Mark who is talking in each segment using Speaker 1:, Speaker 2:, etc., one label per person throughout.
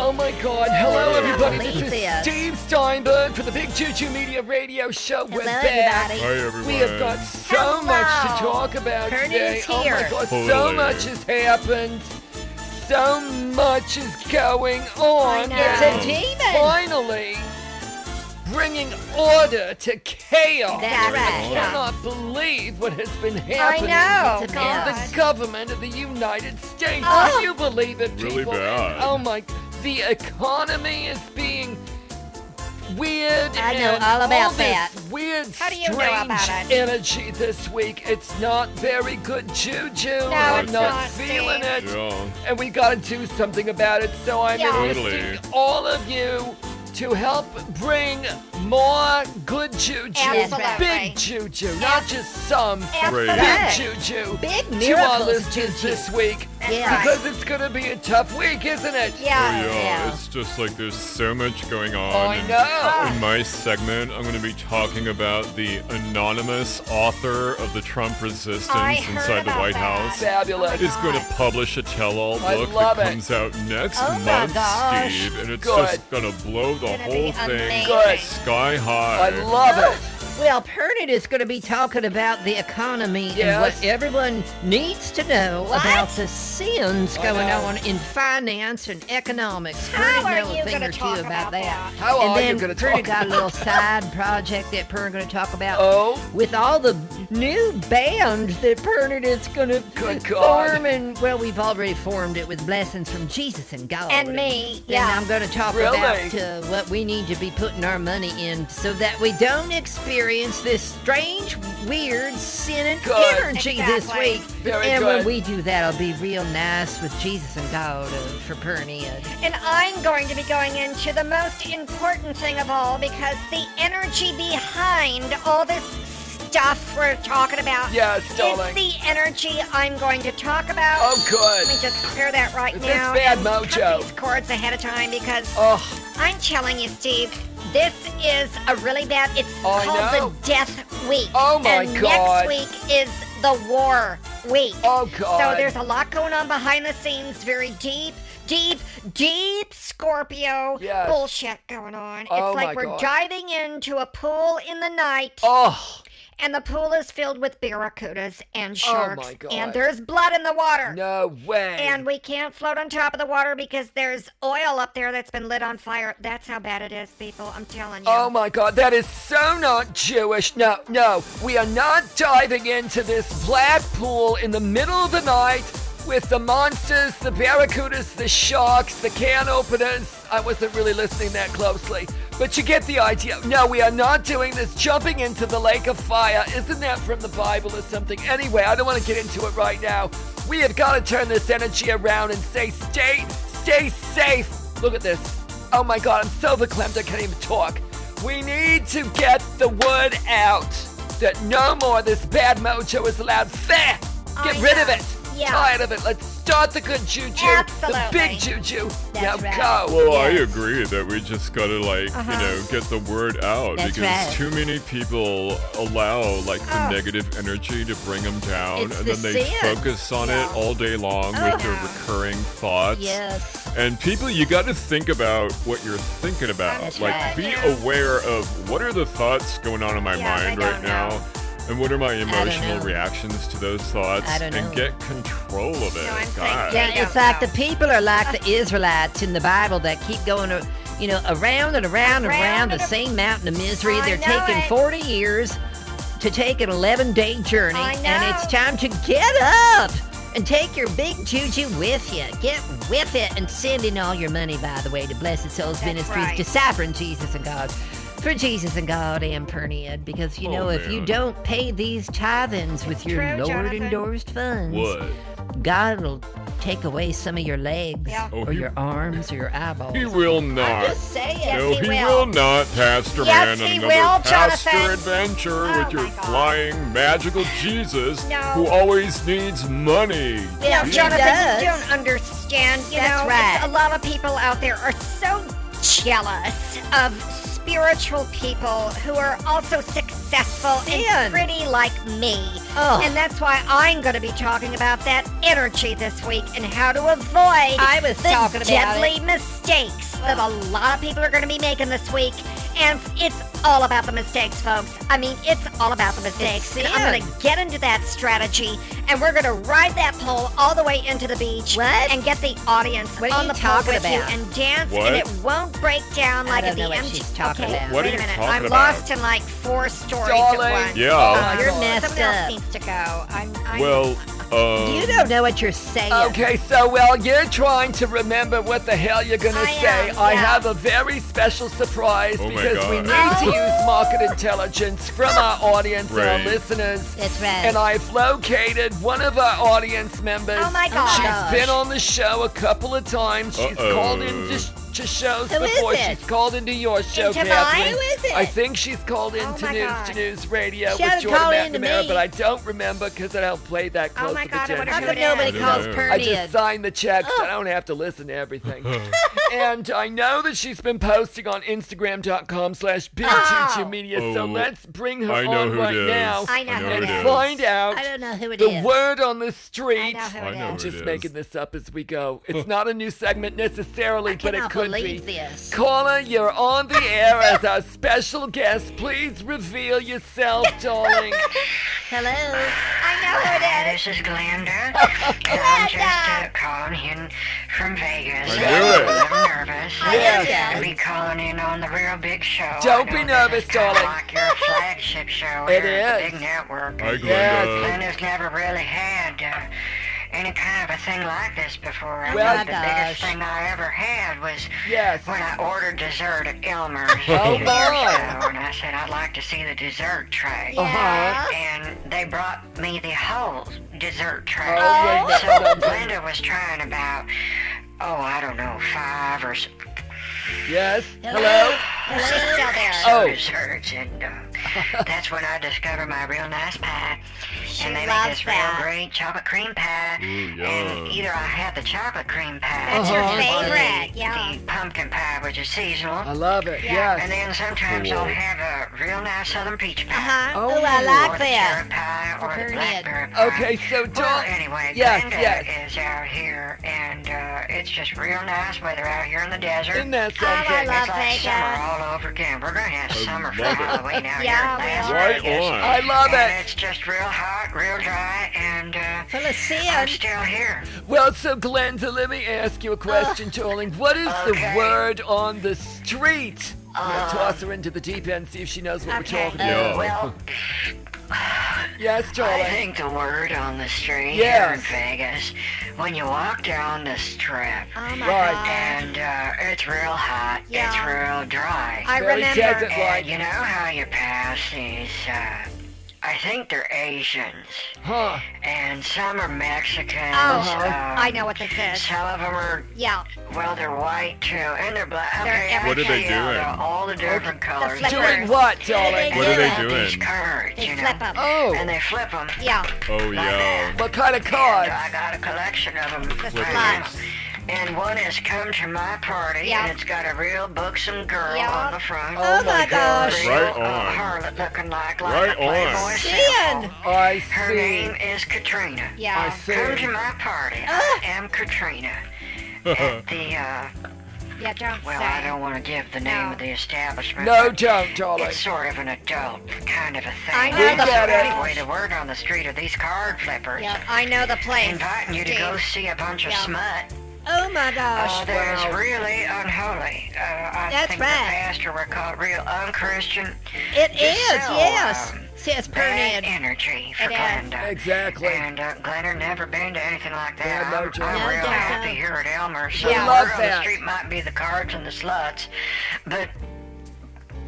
Speaker 1: Oh my god. Hello,
Speaker 2: Yeah,
Speaker 1: everybody. This
Speaker 2: Prometheus.
Speaker 1: is Steve Steinberg for the Big Choo Choo Media Radio Show. We're
Speaker 2: Hello,
Speaker 1: back.
Speaker 2: everybody.
Speaker 3: Hi, everyone.
Speaker 1: We have got so
Speaker 2: Hello.
Speaker 1: much to talk about
Speaker 2: Kernan
Speaker 1: today.
Speaker 2: is
Speaker 1: Oh
Speaker 2: here.
Speaker 1: my god,
Speaker 3: Hello
Speaker 1: so
Speaker 3: there.
Speaker 1: much has happened. So much is going on.
Speaker 2: know.
Speaker 1: and
Speaker 2: It's a demon.
Speaker 1: Finally, bringing order to chaos.
Speaker 2: That's
Speaker 1: I
Speaker 2: right.
Speaker 1: cannot believe what has been
Speaker 2: I
Speaker 1: happening.
Speaker 2: know.
Speaker 4: It's a
Speaker 1: The government of the United States.
Speaker 2: Oh.
Speaker 1: Can you believe it, people?
Speaker 3: Really bad.
Speaker 1: Oh my! The economy is being weird.
Speaker 2: I know
Speaker 1: and
Speaker 2: all about
Speaker 1: this
Speaker 2: that.
Speaker 1: Weird,
Speaker 2: How do you know
Speaker 1: strange
Speaker 2: about it?
Speaker 1: energy this week. It's not very good juju. No, I'm
Speaker 2: it's
Speaker 1: not,
Speaker 2: not,
Speaker 1: feeling it.
Speaker 2: Steve.
Speaker 3: Yeah. oh,
Speaker 1: And we gotta do something about it. So I'm
Speaker 2: Yeah.
Speaker 1: enlisting
Speaker 3: Totally.
Speaker 1: all of you to help bring more good juju,
Speaker 2: Absolutely.
Speaker 1: big juju, not just some
Speaker 3: Great.
Speaker 1: big
Speaker 2: Absolutely.
Speaker 1: juju
Speaker 2: Big
Speaker 1: to our
Speaker 2: miracles,
Speaker 1: listeners
Speaker 2: juju.
Speaker 1: this week
Speaker 2: Yeah.
Speaker 1: because it's gonna be a tough week, isn't it?
Speaker 2: Yeah.
Speaker 3: Yeah, it's just like there's so much going on.
Speaker 1: I
Speaker 3: and
Speaker 1: know.
Speaker 3: In my segment, I'm going to be talking about the anonymous author of the Trump resistance
Speaker 2: I heard
Speaker 3: inside the
Speaker 2: about
Speaker 3: White
Speaker 2: that.
Speaker 3: House.
Speaker 1: Fabulous.
Speaker 3: Is going to publish a tell-all
Speaker 1: I
Speaker 3: book
Speaker 1: love
Speaker 3: that
Speaker 1: it.
Speaker 3: comes out next
Speaker 2: Oh my
Speaker 3: month,
Speaker 2: gosh.
Speaker 3: Steve, and it's
Speaker 1: Good.
Speaker 3: just going to blow the
Speaker 2: Gonna be
Speaker 3: whole thing
Speaker 2: amazing.
Speaker 1: Good.
Speaker 3: sky high.
Speaker 1: I love it.
Speaker 4: Well, Pernod is going to be talking about the economy and
Speaker 1: Yes.
Speaker 4: what everyone needs to know
Speaker 2: What?
Speaker 4: about the sins
Speaker 1: I
Speaker 4: going
Speaker 1: know.
Speaker 4: on in finance and economics.
Speaker 2: How
Speaker 4: Pernod
Speaker 2: are
Speaker 4: know
Speaker 2: you
Speaker 4: a thing
Speaker 2: gonna
Speaker 4: or two
Speaker 2: talk
Speaker 4: about,
Speaker 2: about
Speaker 4: that.
Speaker 2: that?
Speaker 1: How
Speaker 4: and
Speaker 1: are you
Speaker 4: then
Speaker 1: gonna
Speaker 4: Pernod
Speaker 1: talk
Speaker 4: got a little side project that Pernod going to talk about.
Speaker 1: Oh.
Speaker 4: With all the new band that Pernod is going to
Speaker 1: Good God.
Speaker 4: form, and well, we've already formed it with blessings from Jesus and God.
Speaker 2: And me,
Speaker 4: Then
Speaker 2: yeah.
Speaker 4: I'm going to talk
Speaker 1: Really?
Speaker 4: about uh, what we need to be putting our money in so that we don't experience this strange, weird, sin and
Speaker 1: Good.
Speaker 4: energy this
Speaker 2: Exactly.
Speaker 4: weig.
Speaker 1: Very
Speaker 4: and
Speaker 1: good.
Speaker 4: when we do that, I'll be real nice with Jesus and God uh, for Pernia.
Speaker 2: And I'm going to be going into the most important thing of all because the energy behind all this stuff we're talking about
Speaker 1: Yes, darling.
Speaker 2: is the energy I'm going to talk about.
Speaker 1: Oh,
Speaker 2: Let me
Speaker 1: good.
Speaker 2: just clear that right
Speaker 1: Is this
Speaker 2: now.
Speaker 1: bad
Speaker 2: and
Speaker 1: mojo?
Speaker 2: Cut these cords ahead of time because
Speaker 1: Oh,
Speaker 2: I'm telling you, Steve, this is a really bad. It's
Speaker 1: I
Speaker 2: called
Speaker 1: know.
Speaker 2: the Death Week.
Speaker 1: Oh, my
Speaker 2: and
Speaker 1: God.
Speaker 2: Next week is the War Week.
Speaker 1: oh God.
Speaker 2: So there's a lot going on behind the scenes, very deep, deep, deep Scorpio
Speaker 1: Yes.
Speaker 2: bullshit going on. It's
Speaker 1: Oh my
Speaker 2: like we're
Speaker 1: God.
Speaker 2: diving into a pool in the night,
Speaker 1: Oh
Speaker 2: and the pool is filled with barracudas
Speaker 1: Oh
Speaker 2: and
Speaker 1: my
Speaker 2: sharks,
Speaker 1: God.
Speaker 2: and there's blood in the water.
Speaker 1: no way.
Speaker 2: And we can't float on top of the water because there's oil up there that's been lit on fire. That's how bad it is, people. I'm telling you.
Speaker 1: Oh my god, that is so not Jewish. No, no, we are not diving into this black pool in the middle of the night with the monsters, the barracudas, the sharks, the can openers. I wasn't really listening that closely, but you get the idea. No, we are not doing this jumping into the lake of fire. Isn't that from the Bible or something? Anyway, I don't want to get into it right now. We have got to turn this energy around and say, stay, stay safe. Look at this. Oh my god, I'm so verklempt I can't even talk. We need to get the word out that no more this bad mojo is allowed. Fair! Get
Speaker 2: I
Speaker 1: rid of
Speaker 2: know.
Speaker 1: it!
Speaker 2: Yeah.
Speaker 1: Tired of it. Let's start the good juju. The
Speaker 2: Absolutely.
Speaker 1: big juju.
Speaker 4: That's
Speaker 1: now
Speaker 4: right.
Speaker 1: go.
Speaker 3: Well, I
Speaker 4: Yes. Uh-huh.
Speaker 3: agree that we just gotta like you know get the word out
Speaker 4: That's
Speaker 3: because
Speaker 4: right.
Speaker 3: too many people allow like the
Speaker 2: Ugh.
Speaker 3: negative energy to bring them down,
Speaker 4: It's
Speaker 3: and
Speaker 4: the
Speaker 3: then they
Speaker 4: sin. Oh,
Speaker 3: focus on it all day long with their
Speaker 2: Ugh.
Speaker 3: recurring thoughts.
Speaker 4: Yes.
Speaker 3: And people, you got to think about what you're thinking about.
Speaker 4: That's
Speaker 3: like,
Speaker 4: right.
Speaker 3: be aware of what are the thoughts going on in my
Speaker 2: Yeah,
Speaker 3: mind
Speaker 2: I
Speaker 3: right
Speaker 2: don't
Speaker 3: now,
Speaker 2: know.
Speaker 3: and what are my
Speaker 4: don't
Speaker 3: emotional
Speaker 4: know.
Speaker 3: reactions to those thoughts,
Speaker 4: I don't know.
Speaker 3: and get control of it.
Speaker 2: No, I'm saying
Speaker 3: God.
Speaker 2: get
Speaker 4: Yeah,
Speaker 2: Yeah,
Speaker 4: it's like
Speaker 2: yeah.
Speaker 4: the people are like the Israelites in the Bible that keep going, uh, you know, around and around and
Speaker 2: Around
Speaker 4: around the
Speaker 2: and a-
Speaker 4: same mountain of misery.
Speaker 2: I
Speaker 4: They're
Speaker 2: know
Speaker 4: taking
Speaker 2: it.
Speaker 4: 40 years to take an 11 day journey,
Speaker 2: I
Speaker 4: and it's
Speaker 2: know.
Speaker 4: time to get up and take your big juju with you. Get with it and send in all your money, by the way, to Blessed Souls
Speaker 2: That's
Speaker 4: Ministries,
Speaker 2: right.
Speaker 4: to Sovereign Jesus and God. For Jesus and God and Pernia, because you
Speaker 3: Oh,
Speaker 4: know, if you
Speaker 3: man.
Speaker 4: don't pay these tithings with your
Speaker 2: true,
Speaker 4: Lord
Speaker 2: Jonathan.
Speaker 4: endorsed funds,
Speaker 3: What?
Speaker 4: God will take away some of your legs
Speaker 2: Yeah.
Speaker 3: Oh,
Speaker 4: or
Speaker 3: he-
Speaker 4: your arms or your eyeballs.
Speaker 3: He will not.
Speaker 4: Just say it.
Speaker 3: No,
Speaker 2: he
Speaker 3: he
Speaker 2: will.
Speaker 3: will not, Pastor
Speaker 2: Yes,
Speaker 3: Man,
Speaker 2: he
Speaker 3: another
Speaker 2: will,
Speaker 3: pastor
Speaker 2: Jonathan.
Speaker 3: adventure
Speaker 2: Oh
Speaker 3: with your
Speaker 2: my God.
Speaker 3: flying magical Jesus
Speaker 2: No.
Speaker 3: who always needs money.
Speaker 4: Yeah,
Speaker 2: No,
Speaker 4: he
Speaker 2: Jonathan,
Speaker 4: does.
Speaker 2: you don't understand. You
Speaker 4: That's
Speaker 2: know,
Speaker 4: right.
Speaker 2: It's- a lot of people out there are so jealous of spiritual people who are also successful
Speaker 4: Sin.
Speaker 2: and pretty like me.
Speaker 4: Ugh.
Speaker 2: And that's why I'm going to be talking about that energy this week and how to avoid
Speaker 4: I was
Speaker 2: the
Speaker 4: talking about
Speaker 2: deadly mistakes that a lot of people are going to be making this week. And it's all about the mistakes, folks. I mean, it's all about the mistakes. And I'm
Speaker 4: sin.
Speaker 2: going to get into that strategy, and we're going to ride that pole all the way into the beach
Speaker 4: What?
Speaker 2: and get the audience
Speaker 4: What are
Speaker 2: on
Speaker 4: you
Speaker 2: the pole
Speaker 4: talking
Speaker 2: with you
Speaker 4: about?
Speaker 2: and dance,
Speaker 3: What?
Speaker 2: and it won't break down
Speaker 4: I
Speaker 2: like
Speaker 4: don't
Speaker 2: at the
Speaker 4: know what
Speaker 2: end.
Speaker 4: she's talking
Speaker 2: okay,
Speaker 4: about.
Speaker 3: What are
Speaker 2: wait
Speaker 3: you
Speaker 2: a minute.
Speaker 3: talking
Speaker 2: I'm
Speaker 3: about?
Speaker 2: lost in like four stories
Speaker 1: Darling.
Speaker 2: at once.
Speaker 3: Yeah.
Speaker 1: Oh,
Speaker 4: you're
Speaker 2: Um,
Speaker 4: messed
Speaker 2: Someone
Speaker 4: up.
Speaker 2: else needs to go. I'm. I'm
Speaker 3: Well, uh.
Speaker 4: You don't know what you're saying.
Speaker 1: Okay, so well, you're trying to remember what the hell you're gonna
Speaker 2: I
Speaker 1: say.
Speaker 2: am,
Speaker 1: I
Speaker 2: yeah.
Speaker 1: have a very special surprise
Speaker 3: Oh my
Speaker 1: because we
Speaker 3: God.
Speaker 1: need to use market intelligence from our audience and
Speaker 3: Right.
Speaker 1: our listeners.
Speaker 4: That's right.
Speaker 1: And I've located one of our audience members.
Speaker 2: Oh my gosh.
Speaker 1: She's been on the show a couple of times. She's
Speaker 3: Uh-oh.
Speaker 1: called in to, sh- to shows
Speaker 4: Who is
Speaker 1: before.
Speaker 4: it?
Speaker 1: She's called into your show,
Speaker 2: Into mine?
Speaker 1: Catherine.
Speaker 4: Who is it?
Speaker 1: I think she's called into
Speaker 2: my
Speaker 1: News
Speaker 2: God.
Speaker 1: to News Radio
Speaker 4: She
Speaker 1: with
Speaker 4: hasn't
Speaker 1: Jordan
Speaker 4: called in to
Speaker 1: McNamara,
Speaker 4: me.
Speaker 1: but I don't remember because I don't play that
Speaker 2: Oh
Speaker 1: close
Speaker 2: my
Speaker 1: of
Speaker 2: God, I
Speaker 1: attention.
Speaker 2: wonder
Speaker 4: How
Speaker 2: who
Speaker 4: come
Speaker 2: it
Speaker 4: nobody
Speaker 3: is.
Speaker 4: calls
Speaker 3: I
Speaker 4: Purdy?
Speaker 1: I just signed the checks.
Speaker 4: Oh.
Speaker 1: I don't have to listen to everything. and I know that she's been posting on Instagram.com slash Big
Speaker 2: Oh.
Speaker 1: Choo Choo Media, so
Speaker 3: Oh,
Speaker 1: let's bring her
Speaker 3: I know
Speaker 1: on
Speaker 3: who
Speaker 1: right
Speaker 3: it is.
Speaker 1: now
Speaker 2: I know who
Speaker 3: who
Speaker 1: and
Speaker 3: it is.
Speaker 1: find out
Speaker 4: I don't know who it is.
Speaker 1: the word on the
Speaker 2: I
Speaker 1: street.
Speaker 2: know who
Speaker 3: I
Speaker 2: it
Speaker 3: know
Speaker 1: I'm
Speaker 2: is.
Speaker 3: who Oh, it
Speaker 1: just
Speaker 3: is.
Speaker 1: making this up as we go. It's not a new segment necessarily,
Speaker 4: I
Speaker 1: but it
Speaker 4: cannot
Speaker 1: could
Speaker 4: believe
Speaker 1: be.
Speaker 4: this.
Speaker 1: Caller, you're on the air as our special guest. Please reveal yourself, darling.
Speaker 4: Hello.
Speaker 2: I know who it is.
Speaker 5: This is Glenda. I'm just uh, calling in from Vegas.
Speaker 3: I knew it.
Speaker 5: I'm nervous.
Speaker 1: Yes.
Speaker 5: I'm gonna be calling in on the real big show.
Speaker 1: Don't
Speaker 5: I
Speaker 1: be
Speaker 5: know
Speaker 1: nervous,
Speaker 5: this is kinda
Speaker 1: darling.
Speaker 5: Like your flagship show.
Speaker 1: It
Speaker 5: here at the
Speaker 1: is.
Speaker 5: Big network.
Speaker 3: Hi, Glenda.
Speaker 1: Yes.
Speaker 5: Glenda's never really had uh, any kind of a thing like this before. I
Speaker 1: Well,
Speaker 5: think the
Speaker 4: gosh.
Speaker 5: biggest thing I ever had was
Speaker 1: Yes.
Speaker 5: when I ordered dessert at Elmer's.
Speaker 1: Oh,
Speaker 5: a few years
Speaker 1: my.
Speaker 5: ago, And I said I'd like to see the dessert tray
Speaker 1: Uh-huh.
Speaker 5: and they brought me the whole dessert tray.
Speaker 1: Oh, yeah,
Speaker 5: so
Speaker 1: yeah, yeah.
Speaker 5: Glenda was trying about, oh, I don't know, five or s-
Speaker 1: Yes. Hello?
Speaker 2: She's still there.
Speaker 1: Oh.
Speaker 5: desserts, and uh, that's when I discovered my real nice pie. and they make
Speaker 2: loves
Speaker 5: this
Speaker 2: that.
Speaker 5: real great chocolate cream pie.
Speaker 3: Ooh,
Speaker 5: and
Speaker 3: yum.
Speaker 5: either I had the chocolate cream pie,
Speaker 1: That's
Speaker 2: Your
Speaker 1: Uh-huh.
Speaker 2: favorite, yeah.
Speaker 5: the pumpkin pie, which is seasonal,
Speaker 1: I love it.
Speaker 5: and
Speaker 1: Yes.
Speaker 5: then sometimes
Speaker 3: Cool.
Speaker 5: I'll have a real nice southern peach pie.
Speaker 2: Uh-huh.
Speaker 1: Oh,
Speaker 4: Ooh, I
Speaker 5: or
Speaker 4: like
Speaker 5: the
Speaker 4: that.
Speaker 5: cherry pie or the
Speaker 4: Period.
Speaker 5: blackberry pie.
Speaker 1: Okay, so
Speaker 5: Well,
Speaker 1: don't.
Speaker 5: anyway,
Speaker 1: yes,
Speaker 5: Glenda
Speaker 1: yes.
Speaker 5: is out here, and uh, it's just real nice weather out here in the desert.
Speaker 1: Isn't that
Speaker 2: Oh, I
Speaker 1: something?
Speaker 2: love
Speaker 5: it's like
Speaker 2: Vegas.
Speaker 5: summer all over again. We're gonna have summer for
Speaker 3: love it.
Speaker 5: Halloween out
Speaker 2: Yeah, we
Speaker 5: here in Las
Speaker 2: are.
Speaker 3: Right
Speaker 5: Vegas.
Speaker 3: on.
Speaker 1: I love
Speaker 5: And
Speaker 1: it.
Speaker 5: it's just real hot, real dry, and uh,
Speaker 4: Full of sin.
Speaker 5: I'm still here.
Speaker 1: Well, so Glenda, let me ask you a question, darling. What is
Speaker 5: Okay.
Speaker 1: the word on the street? I'm gonna toss her into the deep end, see if she knows what
Speaker 2: okay.
Speaker 1: we're talking about.
Speaker 3: Yeah.
Speaker 5: Well,
Speaker 1: Yes,
Speaker 5: I
Speaker 1: darling.
Speaker 5: think the word on the street
Speaker 1: Yes.
Speaker 5: here in Vegas, when you walk down the strip,
Speaker 2: Oh my
Speaker 1: Right.
Speaker 2: god.
Speaker 5: and uh, it's real hot,
Speaker 2: Yeah.
Speaker 5: it's real dry.
Speaker 2: I
Speaker 1: Very
Speaker 2: remember.
Speaker 1: desert
Speaker 5: And
Speaker 1: like.
Speaker 5: you know how you pass these, uh, I think they're Asians,
Speaker 1: Huh.
Speaker 5: and some are Mexicans.
Speaker 2: Oh,
Speaker 5: um,
Speaker 2: I know what this is.
Speaker 5: Some of them are,
Speaker 2: Yeah.
Speaker 5: well, they're white too, and they're black.
Speaker 2: They're
Speaker 5: Okay,
Speaker 2: What
Speaker 3: are they
Speaker 5: everything, you know,
Speaker 3: doing?
Speaker 5: they're All the different colors.
Speaker 2: flippers.
Speaker 1: Doing what, darling?
Speaker 3: What are they
Speaker 5: Got These
Speaker 3: doing?
Speaker 5: cards,
Speaker 2: They
Speaker 5: you know,
Speaker 2: flip 'em.
Speaker 5: and
Speaker 1: Oh,
Speaker 5: they flip them.
Speaker 2: Yeah.
Speaker 3: Oh, yeah.
Speaker 1: what kind of
Speaker 5: And
Speaker 1: cards?
Speaker 5: I got a collection of them.
Speaker 2: Flip
Speaker 5: right
Speaker 2: 'em.
Speaker 5: now. And one has come to my party,
Speaker 2: Yeah.
Speaker 5: and it's got a real buxom girl
Speaker 2: Yeah.
Speaker 5: on the front.
Speaker 1: Oh my gosh.
Speaker 5: Real,
Speaker 3: Right
Speaker 5: uh,
Speaker 3: on.
Speaker 5: harlot looking like, like
Speaker 3: Right
Speaker 5: a Playboy
Speaker 3: on.
Speaker 5: sample.
Speaker 4: Sin.
Speaker 1: I
Speaker 5: Her
Speaker 1: see.
Speaker 5: name is Katrina.
Speaker 1: I
Speaker 2: Yeah.
Speaker 5: Come to
Speaker 1: see.
Speaker 5: my party.
Speaker 4: Ah.
Speaker 5: I am Katrina. At the, uh,
Speaker 2: Yeah, don't
Speaker 5: well,
Speaker 2: say.
Speaker 5: I don't want to give the name
Speaker 2: No.
Speaker 5: of the establishment.
Speaker 1: No,
Speaker 5: but
Speaker 1: don't, darling.
Speaker 5: It's sort of an adult kind of a thing.
Speaker 2: I know the
Speaker 5: So
Speaker 1: place.
Speaker 5: anyway, the word on the street are these card flippers
Speaker 2: Yeah, I know the place.
Speaker 5: inviting you to
Speaker 2: Steve.
Speaker 5: go see a bunch of
Speaker 2: Yeah.
Speaker 5: smut.
Speaker 4: Oh my
Speaker 5: Oh,
Speaker 4: gosh.
Speaker 5: there's really unholy. Uh, I
Speaker 4: That's
Speaker 5: think
Speaker 4: right.
Speaker 5: the pastor would call it real unchristian.
Speaker 4: It is,
Speaker 5: so,
Speaker 4: yes.
Speaker 5: um,
Speaker 4: Says
Speaker 5: Bad
Speaker 4: Pernod.
Speaker 5: energy for
Speaker 2: It is.
Speaker 5: Glenda.
Speaker 1: Exactly.
Speaker 5: And uh, Glenn had never been to anything like that.
Speaker 1: Yeah, no
Speaker 5: I'm,
Speaker 1: joke.
Speaker 5: I'm
Speaker 4: No
Speaker 5: real
Speaker 4: joke.
Speaker 5: happy here at Elmer. So
Speaker 1: We
Speaker 5: the
Speaker 1: love
Speaker 5: word on
Speaker 1: that.
Speaker 5: the street might be the cards and the sluts, but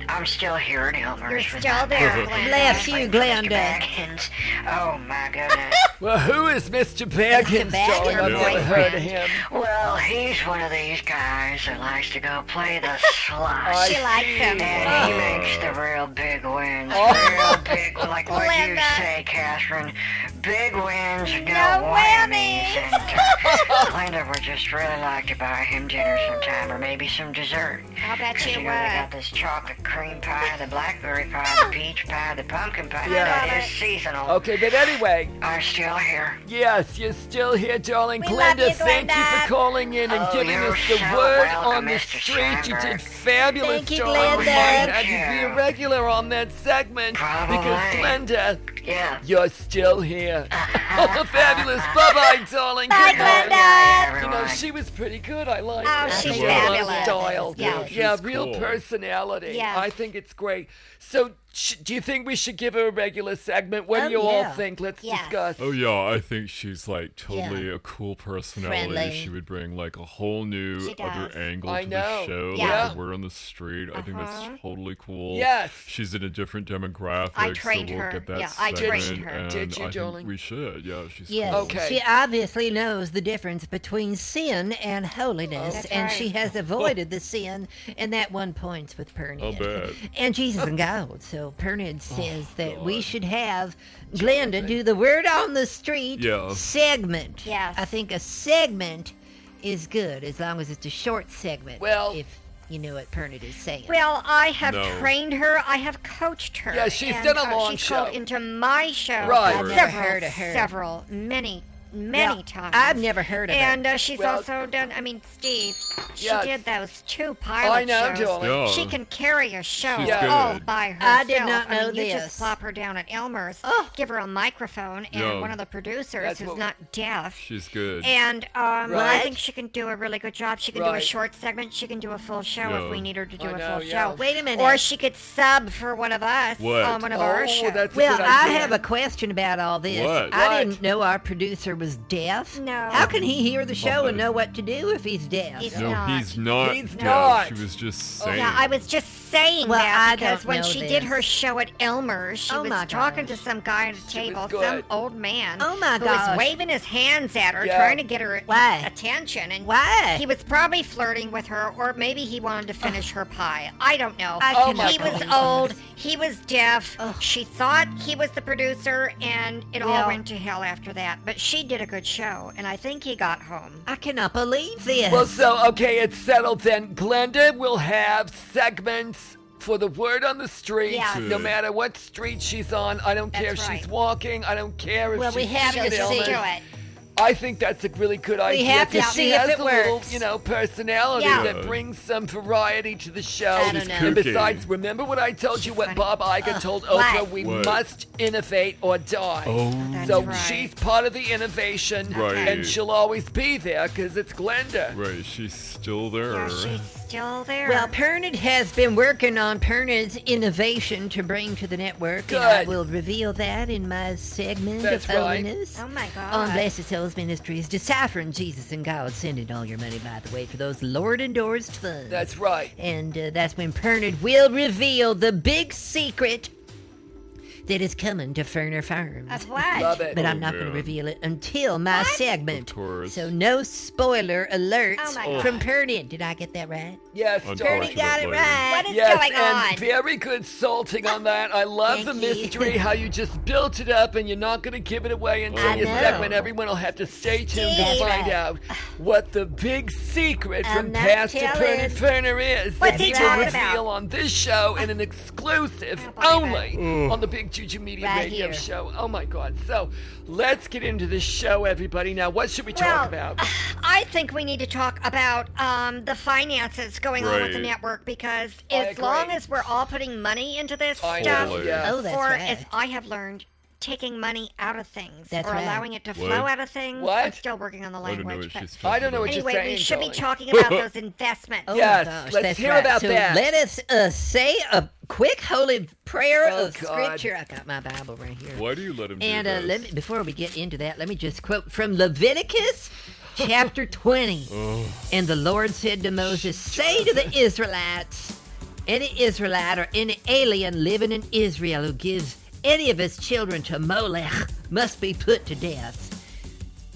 Speaker 5: I'm still here at Elmer's.
Speaker 2: You're
Speaker 5: with
Speaker 2: still
Speaker 5: my
Speaker 2: there,
Speaker 5: family.
Speaker 2: Glenda.
Speaker 4: Bless you,
Speaker 5: Waiting for Mr.
Speaker 4: Glenda.
Speaker 5: Baggins. Oh my goodness.
Speaker 1: Well, who is Mr. Baggins, darling? I've
Speaker 3: Baggins.
Speaker 1: never heard of him.
Speaker 5: well, he's one of these guys that likes to go play the slots.
Speaker 1: I
Speaker 2: She likes him.
Speaker 5: And he makes the real big wins.
Speaker 1: Oh.
Speaker 5: Real big, like what you
Speaker 2: Linda.
Speaker 5: say, Catherine. Big wins,
Speaker 2: No
Speaker 5: no, whammies.
Speaker 2: whammies.
Speaker 5: And, uh, Linda would just really like to buy him dinner sometime, or maybe some dessert.
Speaker 2: I'll bet
Speaker 5: 'Cause,
Speaker 2: you
Speaker 5: you know, they
Speaker 2: would.
Speaker 5: got this chocolate cream pie, the blackberry pie, the peach pie, the pumpkin pie.
Speaker 1: Yeah.
Speaker 5: That is seasonal.
Speaker 1: Oh. Okay, but anyway,
Speaker 5: I'm still here.
Speaker 1: yes, you're still here, darling.
Speaker 2: We love
Speaker 1: Glenda,
Speaker 2: you,
Speaker 1: thank you
Speaker 2: Glenda.
Speaker 1: for calling in and
Speaker 5: Oh,
Speaker 1: giving
Speaker 5: you're
Speaker 1: us the
Speaker 5: so
Speaker 1: word
Speaker 5: welcome,
Speaker 1: on the
Speaker 5: Mr.
Speaker 1: street. You did
Speaker 5: Steinberg.
Speaker 1: fabulous,
Speaker 4: Thank you,
Speaker 1: darling. We
Speaker 4: Glenda.
Speaker 1: might have you be
Speaker 5: Thank
Speaker 1: a
Speaker 5: you.
Speaker 1: regular on that segment because
Speaker 5: Probably.
Speaker 1: Glenda,
Speaker 5: Yeah.
Speaker 1: you're still here. Oh, fabulous. Bye bye, darling.
Speaker 2: Bye,
Speaker 1: Good night.
Speaker 2: Glenda.
Speaker 1: You
Speaker 5: everyone.
Speaker 1: know, she was pretty good. I like
Speaker 2: Oh,
Speaker 1: her.
Speaker 2: she's
Speaker 1: She had a lot of
Speaker 2: fabulous.
Speaker 1: Style.
Speaker 2: Yeah.
Speaker 1: yeah
Speaker 3: She's
Speaker 1: real
Speaker 3: cool.
Speaker 1: personality.
Speaker 2: Yes.
Speaker 1: I think it's great. So, sh- do you think we should give her a regular segment? What
Speaker 4: Oh,
Speaker 1: do you
Speaker 4: yeah.
Speaker 1: all think? Let's
Speaker 2: Yes.
Speaker 1: discuss.
Speaker 3: Oh yeah, I think she's like totally a cool personality.
Speaker 4: Friendly.
Speaker 3: She would bring like a whole new
Speaker 2: She does.
Speaker 3: other angle
Speaker 1: I
Speaker 3: to
Speaker 1: know.
Speaker 3: the show.
Speaker 1: Yeah.
Speaker 3: Like the word on the street. I think that's totally cool.
Speaker 1: Yes.
Speaker 3: She's in a different demographic.
Speaker 2: I trained
Speaker 3: so we'll
Speaker 2: her.
Speaker 3: Get that
Speaker 2: Yeah, I trained
Speaker 3: segment,
Speaker 2: her.
Speaker 3: and
Speaker 1: Did you,
Speaker 3: I think
Speaker 1: darling?
Speaker 3: We should. Yeah, she's
Speaker 4: Yes,
Speaker 3: cool.
Speaker 1: Okay.
Speaker 4: she obviously knows the difference between sin and holiness,
Speaker 2: That's
Speaker 4: and
Speaker 2: right.
Speaker 4: she has avoided the sin, and that one points with Pernod.
Speaker 3: I'll bet. Oh,
Speaker 4: And Jesus and God. So Pernod says that we
Speaker 3: God.
Speaker 4: should have Glenda do the word on the street
Speaker 3: Yeah.
Speaker 4: segment.
Speaker 2: Yes.
Speaker 4: I think a segment is good as long as it's a short segment.
Speaker 1: Well-
Speaker 4: if you know what Pernod is saying.
Speaker 2: Well, I have
Speaker 3: No.
Speaker 2: trained her. I have coached her.
Speaker 1: Yeah, she's
Speaker 2: and,
Speaker 1: done a
Speaker 2: uh,
Speaker 1: long
Speaker 2: she's
Speaker 1: show.
Speaker 2: called into my show.
Speaker 1: Right. I've
Speaker 2: Several,
Speaker 3: never
Speaker 4: heard of her.
Speaker 2: several, many, many
Speaker 4: Now,
Speaker 2: times.
Speaker 4: I've never heard of
Speaker 2: and
Speaker 4: it.
Speaker 2: uh, she's
Speaker 1: Well-
Speaker 2: also done. I mean, Steve, she
Speaker 1: Yes.
Speaker 2: did those two pilot
Speaker 1: I know,
Speaker 2: shows.
Speaker 1: darling.
Speaker 3: Yeah.
Speaker 2: She can carry a show
Speaker 3: She's
Speaker 2: all
Speaker 3: good.
Speaker 2: by herself.
Speaker 4: I did not
Speaker 2: I
Speaker 4: know
Speaker 2: mean, You
Speaker 4: this.
Speaker 2: just plop her down at Elmer's,
Speaker 4: Oh.
Speaker 2: give her a microphone, and
Speaker 3: Yeah.
Speaker 2: one of the producers
Speaker 1: That's
Speaker 2: who's
Speaker 1: what-
Speaker 2: not deaf.
Speaker 3: She's good.
Speaker 2: And um, I
Speaker 1: Right.
Speaker 2: think she can do a really good job. She can do a
Speaker 1: Right.
Speaker 2: short segment. She can do a full show
Speaker 3: Yeah.
Speaker 2: if we need her to do
Speaker 1: I
Speaker 2: a
Speaker 1: know,
Speaker 2: full
Speaker 1: yeah.
Speaker 2: show.
Speaker 4: Wait a minute.
Speaker 2: Or she could sub for one of us
Speaker 3: What?
Speaker 2: on one of
Speaker 1: Oh,
Speaker 2: our shows.
Speaker 1: that's a
Speaker 4: Well,
Speaker 1: good
Speaker 4: I
Speaker 1: idea.
Speaker 4: have a question about all this.
Speaker 3: What?
Speaker 4: I
Speaker 1: What?
Speaker 4: didn't know our producer was deaf.
Speaker 2: No.
Speaker 4: How can he hear the show and
Speaker 3: Mother.
Speaker 4: know what to do if he's deaf?
Speaker 2: He's-
Speaker 3: no,
Speaker 2: not.
Speaker 3: he's not.
Speaker 1: He's
Speaker 3: deaf.
Speaker 1: not.
Speaker 3: She was just saying.
Speaker 2: Oh, yeah, I was just saying
Speaker 4: Well,
Speaker 2: that
Speaker 4: I
Speaker 2: because
Speaker 4: don't
Speaker 2: when
Speaker 4: know
Speaker 2: she did
Speaker 4: this.
Speaker 2: her show at Elmer's, she
Speaker 4: Oh
Speaker 2: was
Speaker 4: my
Speaker 2: talking to
Speaker 4: gosh.
Speaker 2: some guy at a
Speaker 1: was
Speaker 2: table,
Speaker 1: good.
Speaker 2: some old man
Speaker 4: Oh my
Speaker 2: who
Speaker 4: gosh.
Speaker 2: was waving his hands at her,
Speaker 1: Yeah.
Speaker 2: trying to get her
Speaker 4: Why?
Speaker 2: attention. And
Speaker 4: Why?
Speaker 2: He was probably flirting with her, or maybe he wanted to finish her pie. I don't know.
Speaker 4: I
Speaker 1: Oh
Speaker 4: cannot
Speaker 1: my
Speaker 2: he was
Speaker 4: believe
Speaker 2: old.
Speaker 4: this.
Speaker 2: He was deaf.
Speaker 4: Ugh.
Speaker 2: She thought he was the producer, and it
Speaker 4: Well-
Speaker 2: all went to hell after that. But she did a good show, and I think he got home.
Speaker 4: I cannot believe this.
Speaker 1: Well, so, okay, it's settled then. Glenda will have segments for the word on the street,
Speaker 2: Yeah.
Speaker 1: no
Speaker 3: Good.
Speaker 1: master what street she's on. I don't care
Speaker 2: That's
Speaker 1: if she's
Speaker 2: right.
Speaker 1: walking. I don't care if
Speaker 4: Well,
Speaker 1: she's
Speaker 4: we have
Speaker 1: got
Speaker 4: to
Speaker 2: She'll
Speaker 1: illness.
Speaker 4: see.
Speaker 2: do it.
Speaker 1: I think that's a really good idea.
Speaker 4: have to
Speaker 1: 'cause she
Speaker 4: see if
Speaker 1: has
Speaker 4: it
Speaker 1: a little,
Speaker 4: works.
Speaker 1: you know, personality
Speaker 2: Yeah.
Speaker 1: that brings some variety to the show.
Speaker 4: I don't She's know.
Speaker 1: And
Speaker 3: kooky.
Speaker 1: besides, remember what I told you, what
Speaker 2: funny.
Speaker 1: Bob Iger told Oprah?
Speaker 2: what?
Speaker 1: We
Speaker 3: What?
Speaker 1: must innovate or die.
Speaker 3: Oh.
Speaker 1: so
Speaker 2: That's right.
Speaker 1: she's part of the innovation,
Speaker 3: Right.
Speaker 1: and she'll always be there because it's Glenda.
Speaker 3: Right. She's still there.
Speaker 2: Yeah, she's still there.
Speaker 4: Well, Pernod has been working on Pernod's innovation to bring to the network, and I
Speaker 1: Good.
Speaker 4: will reveal that in my segment
Speaker 1: That's
Speaker 4: of
Speaker 1: right.
Speaker 4: holiness.
Speaker 2: Oh my God.
Speaker 4: On Blessed Souls Ministries, deciphering Jesus and God, sending all your money, by the way, for those Lord endorsed funds.
Speaker 1: That's right.
Speaker 4: And uh, that's when Pernod will reveal the big secret that is coming to Ferner Farms.
Speaker 2: Of what?
Speaker 1: Love it.
Speaker 4: But I'm
Speaker 3: Oh,
Speaker 4: not going to
Speaker 3: man.
Speaker 4: reveal it until my segment.
Speaker 3: Of course.
Speaker 4: So no spoiler alerts
Speaker 2: Oh, my God.
Speaker 4: from Pernod. Did I get that right?
Speaker 1: Yes, darling.
Speaker 3: Unfortunately.
Speaker 4: Pernod got it
Speaker 3: Unfortunately.
Speaker 4: right.
Speaker 2: What is
Speaker 1: Yes,
Speaker 2: going
Speaker 1: and
Speaker 2: on?
Speaker 1: very good salting on that. I love the
Speaker 4: Thank you.
Speaker 1: mystery, how you just built it up and you're not going to give it away until
Speaker 4: I
Speaker 1: your
Speaker 4: know.
Speaker 1: segment. Everyone will have to stay tuned to
Speaker 4: That's
Speaker 1: find
Speaker 4: right.
Speaker 1: out what the big secret
Speaker 4: I'm
Speaker 1: from
Speaker 4: not
Speaker 1: Pastor
Speaker 4: telling.
Speaker 1: Pernod Ferner is
Speaker 2: What's
Speaker 1: that
Speaker 2: he
Speaker 1: he will
Speaker 2: talking
Speaker 1: reveal
Speaker 2: about?
Speaker 1: on this show in an exclusive
Speaker 2: believe
Speaker 1: only on the Big Juju Media
Speaker 4: Right
Speaker 1: Radio
Speaker 4: here.
Speaker 1: Show. Oh my God. So let's get into this show, everybody. Now, what should we talk
Speaker 2: Well,
Speaker 1: about?
Speaker 2: I think we need to talk about um, the finances going on with the
Speaker 3: Right.
Speaker 2: network because
Speaker 1: I
Speaker 2: as
Speaker 1: agree.
Speaker 2: long as we're all putting money into this
Speaker 1: I
Speaker 2: stuff,
Speaker 1: know,
Speaker 3: Totally.
Speaker 1: yeah.
Speaker 4: Oh, that's
Speaker 2: or
Speaker 4: right.
Speaker 2: as I have learned, taking money out of things
Speaker 4: That's
Speaker 2: or
Speaker 4: right.
Speaker 2: allowing it to
Speaker 3: What?
Speaker 2: flow out of things. I'm
Speaker 1: What?
Speaker 2: still working on the
Speaker 3: I don't
Speaker 2: language.
Speaker 3: know what she's
Speaker 1: I don't know
Speaker 3: talking
Speaker 1: what
Speaker 3: about.
Speaker 1: you're
Speaker 2: Anyway,
Speaker 1: saying,
Speaker 2: we should be
Speaker 1: darling.
Speaker 2: talking about those investments.
Speaker 4: Oh,
Speaker 1: Yes,
Speaker 4: my gosh,
Speaker 1: let's
Speaker 4: that's
Speaker 1: hear
Speaker 4: right.
Speaker 1: about
Speaker 4: so
Speaker 1: that.
Speaker 4: Let us uh, say a quick holy prayer
Speaker 1: Oh,
Speaker 4: of
Speaker 1: God.
Speaker 4: scripture. I got my Bible right here.
Speaker 3: Why do you let him do
Speaker 4: And uh,
Speaker 3: this?
Speaker 4: let me, before we get into that, let me just quote from Leviticus chapter 20.
Speaker 3: Oh.
Speaker 4: And the Lord said to Moses, Say to the Israelites, any Israelite or any alien living in Israel who gives any of his children to Molech must be put to death.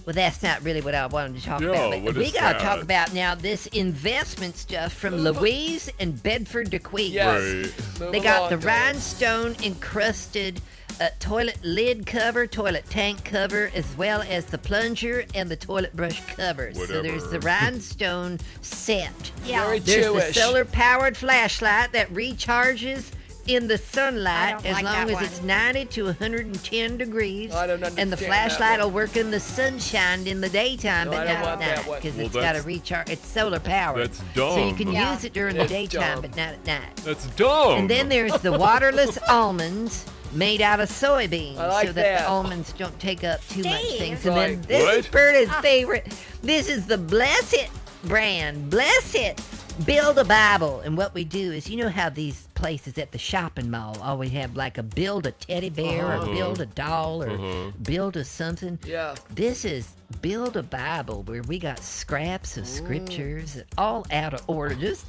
Speaker 4: Well, that's not really what I wanted to talk
Speaker 3: No,
Speaker 4: about. but
Speaker 3: what
Speaker 4: we
Speaker 3: is
Speaker 4: gotta
Speaker 3: that? Uh,
Speaker 4: talk about now this investment stuff from Louise and Bedford DeQueen.
Speaker 1: Yes.
Speaker 3: Right.
Speaker 1: Move
Speaker 4: They got
Speaker 1: along,
Speaker 4: the
Speaker 1: darling.
Speaker 4: rhinestone encrusted a toilet lid cover, toilet tank cover, as well as the plunger and the toilet brush covers. So there's the
Speaker 3: Whatever.
Speaker 4: rhinestone set.
Speaker 2: Yeah.
Speaker 1: Very
Speaker 4: There's
Speaker 1: Jewish.
Speaker 4: the solar powered flashlight that recharges in the
Speaker 2: I
Speaker 4: sunlight
Speaker 2: don't
Speaker 4: as
Speaker 2: like
Speaker 4: long
Speaker 2: that
Speaker 4: as
Speaker 2: one.
Speaker 4: it's 90 to 110 degrees.
Speaker 1: I
Speaker 4: And
Speaker 1: don't
Speaker 4: the
Speaker 1: understand that
Speaker 4: flashlight
Speaker 1: one.
Speaker 4: will work in the sunshine in the daytime,
Speaker 1: No,
Speaker 4: but
Speaker 1: I don't
Speaker 4: not
Speaker 1: want
Speaker 4: at
Speaker 1: that
Speaker 4: night
Speaker 1: one.
Speaker 4: because
Speaker 3: Well,
Speaker 4: it's got a
Speaker 3: that's-
Speaker 4: recharge. It's solar powered.
Speaker 3: That's
Speaker 4: So you
Speaker 3: dumb.
Speaker 4: can
Speaker 2: Yeah.
Speaker 4: use it during
Speaker 1: That's
Speaker 4: the daytime,
Speaker 1: dumb.
Speaker 4: but not at night.
Speaker 3: That's dumb.
Speaker 4: And then there's the waterless almonds made out of soybeans
Speaker 1: I like
Speaker 4: so that,
Speaker 1: that.
Speaker 4: the almonds don't take up too much
Speaker 2: Steve.
Speaker 4: things.
Speaker 1: Right.
Speaker 4: And then this is
Speaker 3: What?
Speaker 4: Berta's favorite. This is the Bless It brand. Bless It. Build a Bible. And what we do is, you know how these places at the shopping mall always have like a build a teddy bear
Speaker 3: Uh-huh.
Speaker 4: or build a doll or
Speaker 3: Uh-huh.
Speaker 4: build a something?
Speaker 1: Yeah.
Speaker 4: This is Build a Bible, where we got scraps of scriptures, all out of order, just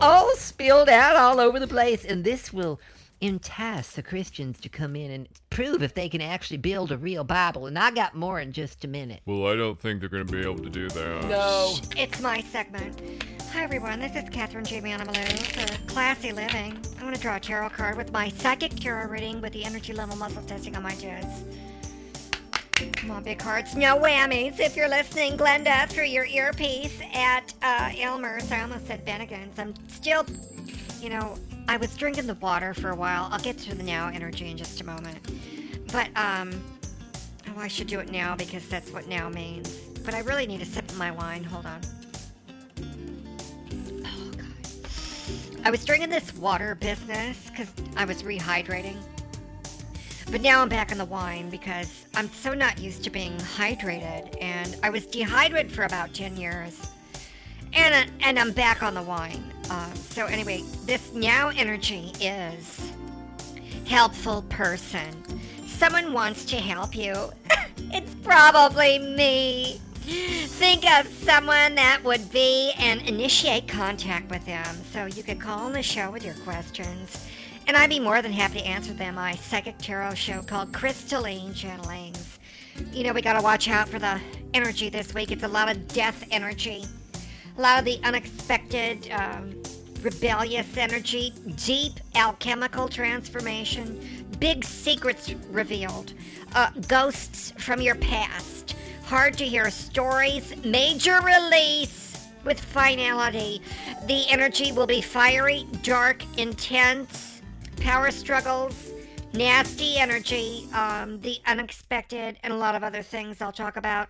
Speaker 4: all spilled out all over the place. And this will entice the Christians to come in and prove if they can actually build a real Bible. And I got more in just a minute.
Speaker 3: well, I don't think they're gonna be able to do that.
Speaker 1: No.
Speaker 2: It's my segment. Hi everyone, this is Catherine J. Manimalou for Classy Living. I want to draw a tarot card with my psychic tarot reading with the energy level muscle testing on my chest. Come on, big hearts. No whammies. If you're listening, Glenda, through your earpiece at uh, Elmer's. I almost said Bennigan's. I'm still, you know, I was drinking the water for a while. I'll get to the now energy in just a moment. But, um, oh, I should do it now because that's what now means. But I really need a sip of my wine. Hold on. Oh, God. I was drinking this water business because I was rehydrating. But now I'm back on the wine because I'm so not used to being hydrated, and I was dehydrated for about 10 years. And, I, and I'm back on the wine. Uh, so, anyway, this now energy is helpful person. Someone wants to help you. it's probably me. Think of someone that would be and initiate contact with them. So you could call on the show with your questions. And I'd be more than happy to answer them. My psychic tarot show called Crystalline Channelings. You know, we gotta watch out for the energy this week. It's a lot of death energy, a lot of the unexpected, um, rebellious energy, deep alchemical transformation, big secrets revealed, uh, ghosts from your past, hard to hear stories, major release with finality. The energy will be fiery, dark, intense, power struggles, nasty energy, um, the unexpected, and a lot of other things I'll talk about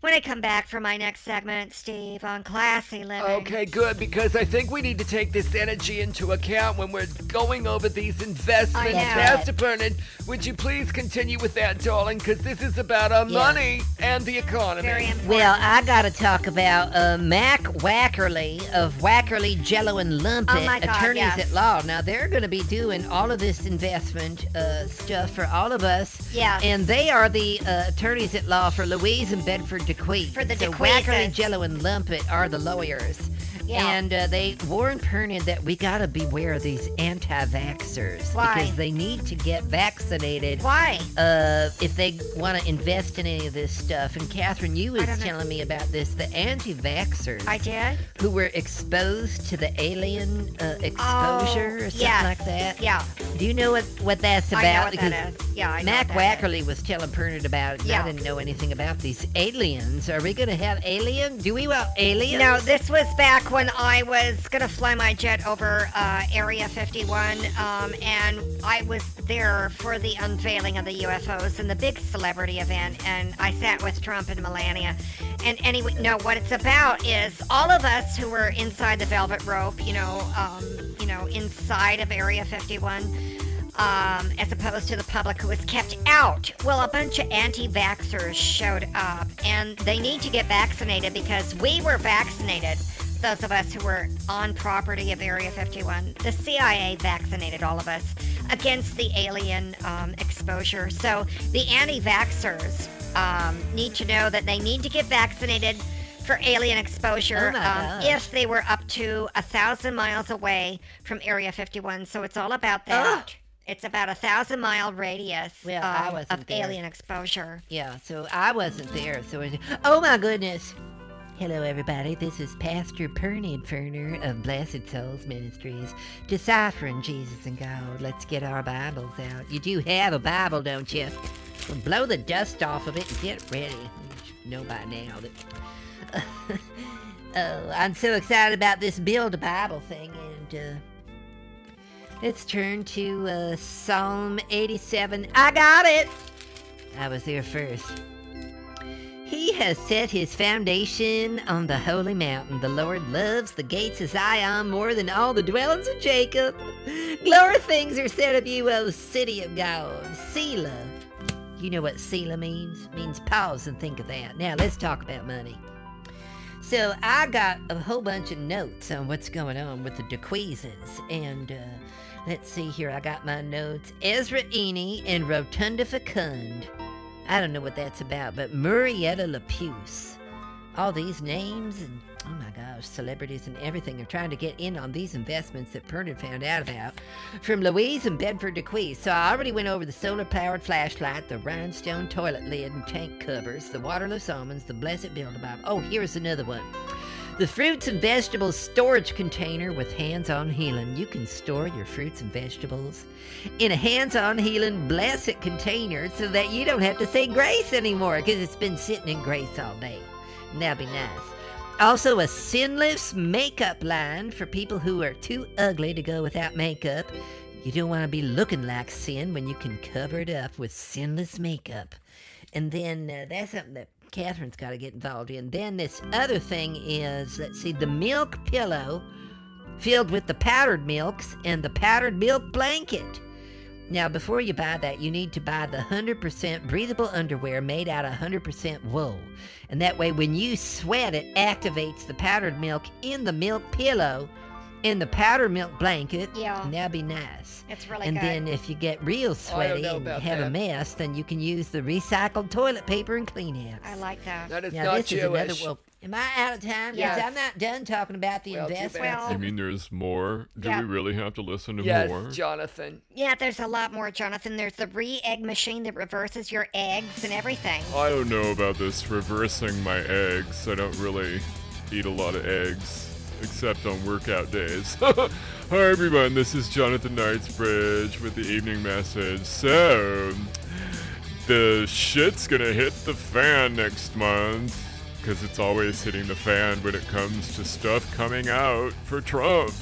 Speaker 2: when I come back for my next segment, Steve, on Classy Living.
Speaker 1: Okay, good, because I think we need to take this energy into account when we're going over these investments.
Speaker 2: know.
Speaker 1: Pastor Vernon, would you please continue with that, darling? Because this is about our
Speaker 4: Yeah.
Speaker 1: money and the economy.
Speaker 2: Very important.
Speaker 4: Well, I gotta talk about uh, Mac Wackerly of Wackerly Jello and Lumpet,
Speaker 2: Oh my God,
Speaker 4: attorneys
Speaker 2: yes.
Speaker 4: at law. Now they're gonna be doing all of this investment uh, stuff for all of us.
Speaker 2: Yes.
Speaker 4: And they are the uh, attorneys at law for Louise and Bedford DeQueen.
Speaker 2: For the
Speaker 4: so
Speaker 2: DeQueezes.
Speaker 4: Wackerly Jello and Lumpet are the lawyers.
Speaker 2: Yeah.
Speaker 4: And uh, they warned Pernin that we gotta beware of these anti-vaxxers
Speaker 2: Why?
Speaker 4: because they need to get vaccinated
Speaker 2: Why?
Speaker 4: uh, if they want to invest in any of this stuff. And Catherine, you was
Speaker 2: don't know.
Speaker 4: telling me about this. The anti-vaxxers
Speaker 2: I did.
Speaker 4: who were exposed to the alien uh,
Speaker 2: Oh,
Speaker 4: exposure or something
Speaker 2: yes.
Speaker 4: like that.
Speaker 2: Yeah,
Speaker 4: Do you know what, what that's
Speaker 2: I
Speaker 4: about?
Speaker 2: know what
Speaker 4: because
Speaker 2: that is. Yeah, I know
Speaker 4: Mac
Speaker 2: what that
Speaker 4: Wackerly was telling Pernod about it. and
Speaker 2: Yeah.
Speaker 4: I didn't know anything about these aliens. Are we going to have aliens? Do we want
Speaker 2: is.
Speaker 4: aliens?
Speaker 2: No, this was back when I was gonna fly my jet over uh, Area 51, um, and I was there for the unveiling of the UFOs and the big celebrity event, and I sat with Trump and Melania. And anyway, no, what it's about is all of us who were inside the velvet rope, you know, um, you know, inside of Area 51. um, as opposed to the public who was kept out. Well, a bunch of anti vaxxers showed up, and they need to get vaccinated because we were vaccinated, those of us who were on property of Area 51. The CIA vaccinated all of us against the alien um, exposure. So the anti vaxxers um, need to know that they need to get vaccinated. For alien exposure,
Speaker 4: Oh my
Speaker 2: um,
Speaker 4: gosh.
Speaker 2: if they were up to a thousand miles away from Area 51, so it's all about that. It's about a thousand mile radius
Speaker 4: Well, I
Speaker 2: um,
Speaker 4: wasn't
Speaker 2: of
Speaker 4: there.
Speaker 2: alien exposure.
Speaker 4: Yeah, so I wasn't there. So, it, oh my goodness. Hello, everybody. This is Pastor Pernod Ferner of Blessed Souls Ministries, deciphering Jesus and God. Let's get our Bibles out. You do have a Bible, don't you? Well, blow the dust off of it and get ready. You should know by now that. oh, I'm so excited about this Build a Bible thing, and uh, Let's turn to uh, Psalm 87. I got it! I was there first. He has set his foundation on the holy mountain. The Lord loves the gates of Zion more than all the dwellings of Jacob. Glory things are said of you, O city of God. Selah. You know what Selah means? It means pause and think of that. Now let's talk about money. So I got a whole bunch of notes on what's going on with the Dequeezes. And uh, let's see here, I got my notes. Ezra Eney and Rotunda Fecund. I don't know what that's about, but Murietta Lapuse. All these names and oh my gosh, celebrities and everything are trying to get in on these investments that Pernod found out about from Louise and Bedford DeQuees. So I already went over the solar powered flashlight, the rhinestone toilet lid and tank covers, the waterless almonds, the blessed builder Bible. Oh, here's another one. The fruits and vegetables storage container with hands on healing. You can store your fruits and vegetables in a hands on healing blessed container so that you don't have to say grace anymore because it's been sitting in grace all day. And that'd be nice. Also, a sinless makeup line for people who are too ugly to go without makeup. You don't want to be looking like sin when you can cover it up with sinless makeup. And then uh, that's something that Catherine's got to get involved in. Then this other thing is let's see, the milk pillow filled with the powdered milks and the powdered milk blanket. Now, before you buy that, you need to buy the 100% breathable underwear made out of 100% wool. And that way, when you sweat, it activates the powdered milk in the milk pillow, in the powdered milk blanket.
Speaker 2: Yeah.
Speaker 4: And that'd be nice.
Speaker 2: It's really
Speaker 4: and
Speaker 2: good.
Speaker 4: then if you get real sweaty
Speaker 1: Oh, know
Speaker 4: and
Speaker 1: about
Speaker 4: have a
Speaker 1: that.
Speaker 4: mess, then you can use the recycled toilet paper and Kleenex.
Speaker 2: I like that.
Speaker 1: That is
Speaker 4: Now,
Speaker 1: not
Speaker 4: this
Speaker 1: Jewish.
Speaker 4: is another. Well, am I out of time? Yes.
Speaker 1: Yes.
Speaker 4: I'm not done talking about the
Speaker 1: Well, too
Speaker 4: investment.
Speaker 1: bad.
Speaker 2: Well-
Speaker 3: You mean there's more? Do
Speaker 2: Yeah.
Speaker 3: we really have to listen to
Speaker 1: yes,
Speaker 3: more?
Speaker 1: Jonathan.
Speaker 2: Yeah, there's a lot more, Jonathan. There's the re egg machine that reverses your eggs and everything.
Speaker 4: Oh.
Speaker 3: I don't know about this reversing my eggs. I don't really eat a lot of eggs, except on workout days. Hi everyone, this is Jonathan Knightsbridge with the evening message. So, the shit's gonna hit the fan next month, because it's always hitting the fan when it comes to stuff coming out for Trump.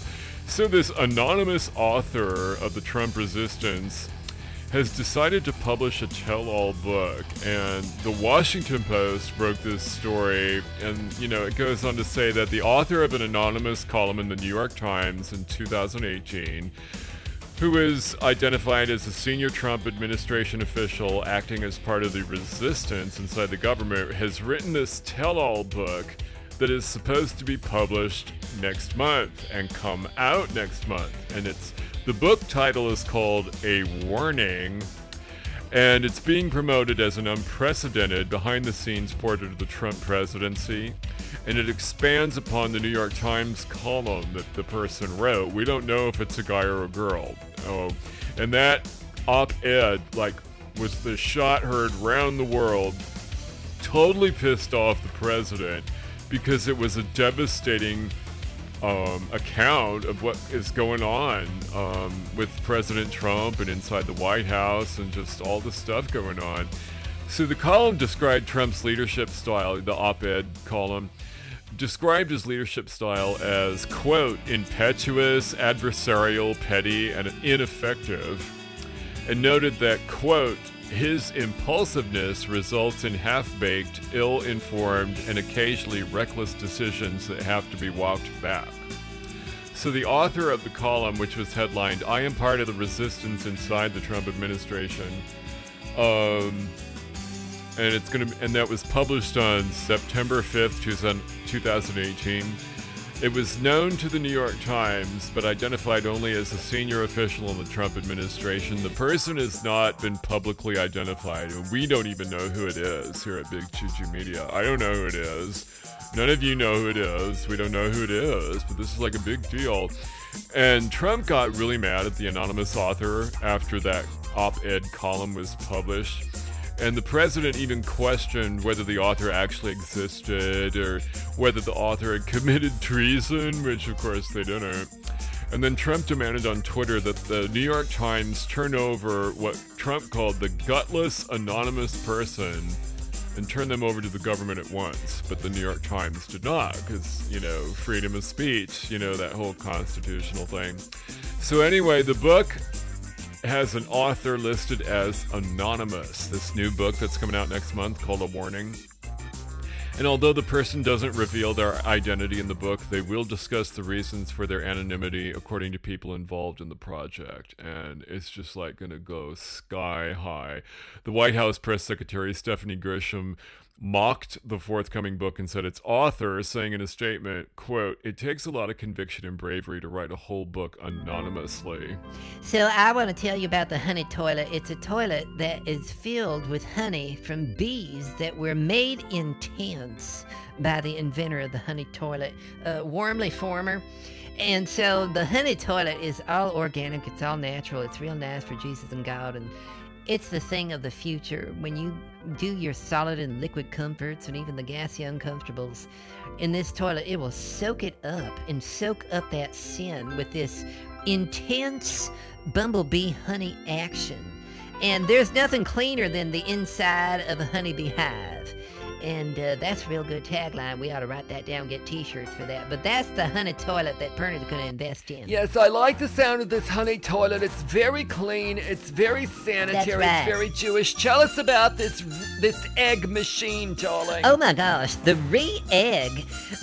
Speaker 3: So, this anonymous author of the Trump resistance has decided to publish a tell all book. And the Washington Post broke this story. And, you know, it goes on to say that the author of an anonymous column in the New York Times in 2018 who is identified as a senior Trump administration official acting as part of the resistance inside the government, has written this tell all book that is supposed to be published next month and come out next month. And it's the book title is called A Warning and it's being promoted as an unprecedented behind the scenes portrait of the Trump presidency. And it expands upon the New York Times column that the person wrote. We don't know if it's a guy or a girl. Oh, and that op ed, like, was the shot heard round the world totally pissed off the president because it was a devastating um, account of what is going on um, with President Trump and inside the White House and just all the stuff going on. So the column described Trump's leadership style, the op ed column. Described his leadership style as, quote, impetuous, adversarial, petty, and ineffective and noted that, quote, his impulsiveness results in half baked, ill informed, and occasionally reckless decisions that have to be walked back. So, the author of the column, which was headlined, I am part of the resistance inside the Trump administration, um, and it's gonna and that was published on September 5th, 2000 2018. It was known to the New York Times, but identified only as a senior official in the Trump administration. The person has not been publicly identified, and we don't even know who it is here at Big Choo Choo Media. I don't know who it is. None of you know who it is. We don't know who it is, but this is like a big deal. And Trump got really mad at the anonymous author after that op ed column was published. And the president even questioned whether the author actually existed or whether the author had committed treason, which of course they didn't. And then Trump demanded on Twitter that the New York Times turn over what Trump called the gutless anonymous person and turn them over to the government at once. But the New York Times did not, because, you know, freedom of speech, you know, that whole constitutional thing. So, anyway, the book has an author listed as anonymous. This new book that's coming out next month called A Warning. And although the person doesn't reveal their identity in the book, they will discuss the reasons for their anonymity according to people involved in the project. And it's just like going to go sky high. The White House press secretary, Stephanie Grisham, mocked the forthcoming book and said its author saying in a statement quote it takes a lot of conviction and bravery to write a whole book anonymously
Speaker 4: So I want to tell you about the honey toilet. It's a toilet that is filled with honey from bees that were made in tents by the inventor of the honey toilet, uh, Wormley Farmer. And so the honey toilet is all organic. It's all natural. It's real nice for Jesus and God. And it's the thing of the future when you do your solid and liquid comforts and even the gassy uncomfortables in this toilet it will soak it up and soak up that sin with this intense bumblebee honey action and there's nothing cleaner than the inside of a honeybee hive and uh, that's a real good tagline we ought to write that down get t-shirts for that but that's the honey toilet that bernard's going to invest in
Speaker 1: Yes, I like the sound of this honey toilet. It's very clean. It's very sanitary.
Speaker 4: right.
Speaker 1: It's very Jewish. Tell us about this this egg machine, darling.
Speaker 4: Oh my gosh, the re egg.